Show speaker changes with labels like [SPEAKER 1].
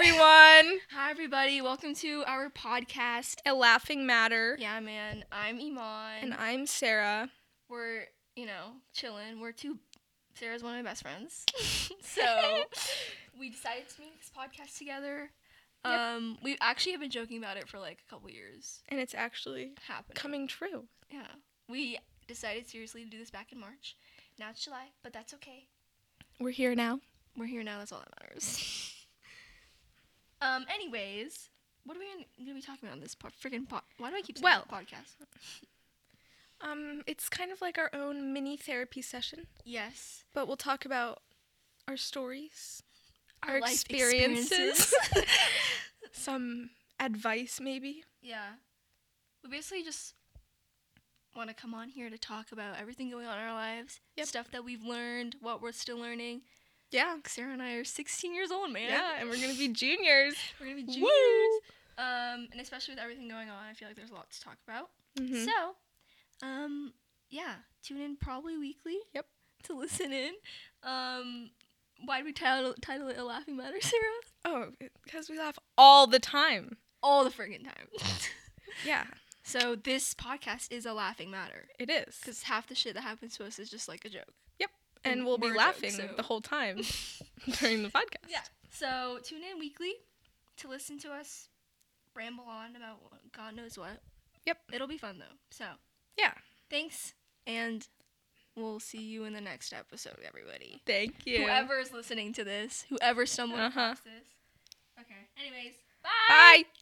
[SPEAKER 1] everyone.
[SPEAKER 2] Hi, everybody. Welcome to our podcast.
[SPEAKER 1] A Laughing Matter.
[SPEAKER 2] Yeah, man. I'm Iman.
[SPEAKER 1] And I'm Sarah.
[SPEAKER 2] We're, you know, chilling. We're two. Sarah's one of my best friends. so we decided to make this podcast together.
[SPEAKER 1] Yep.
[SPEAKER 2] Um, we actually have been joking about it for like a couple years.
[SPEAKER 1] And it's actually
[SPEAKER 2] Happening.
[SPEAKER 1] coming true.
[SPEAKER 2] Yeah. We decided seriously to do this back in March. Now it's July, but that's okay.
[SPEAKER 1] We're here now.
[SPEAKER 2] We're here now. That's all that matters. um. Anyways, what are we gonna- gonna be talking about on this po- freaking pod? Why do I keep saying
[SPEAKER 1] Well-
[SPEAKER 2] podcast?
[SPEAKER 1] Um, it's kind of like our own mini therapy session,
[SPEAKER 2] Yes.
[SPEAKER 1] but we'll talk about our stories, our,
[SPEAKER 2] life
[SPEAKER 1] experiences, some advice maybe.
[SPEAKER 2] yeah. We basically just want to come on here to talk about everything going on in our lives,
[SPEAKER 1] Yep.
[SPEAKER 2] stuff that we've learned, what we're still learning.
[SPEAKER 1] Yeah.
[SPEAKER 2] Sarah and I are 16 years old, man.
[SPEAKER 1] Yeah, and we're going to be juniors.
[SPEAKER 2] we're gonna be
[SPEAKER 1] Woo!
[SPEAKER 2] juniors. Um, and especially with everything going on, I feel like there's a lot to talk about.
[SPEAKER 1] Mhm.
[SPEAKER 2] So, um, yeah, tune in probably weekly.
[SPEAKER 1] Yep.
[SPEAKER 2] To listen in. Um, why did we title title it a laughing matter, Sarah?
[SPEAKER 1] Oh, because we laugh all the time.
[SPEAKER 2] All the friggin' time.
[SPEAKER 1] Yeah,
[SPEAKER 2] so this podcast is a laughing matter
[SPEAKER 1] it is.
[SPEAKER 2] because half the shit that happens to us is just like a joke.
[SPEAKER 1] And we'll be
[SPEAKER 2] we're
[SPEAKER 1] laughing
[SPEAKER 2] jokes, so-
[SPEAKER 1] the whole time during the podcast.
[SPEAKER 2] So tune in weekly to listen to us ramble on about God knows what.
[SPEAKER 1] Yep.
[SPEAKER 2] It'll be fun though. So
[SPEAKER 1] Yeah.
[SPEAKER 2] thanks, and we'll see you in the next episode, everybody.
[SPEAKER 1] Thank you.
[SPEAKER 2] Whoever is listening to this, whoever stumbled
[SPEAKER 1] Uh-huh.
[SPEAKER 2] across this. Okay. Anyways, bye.
[SPEAKER 1] Bye.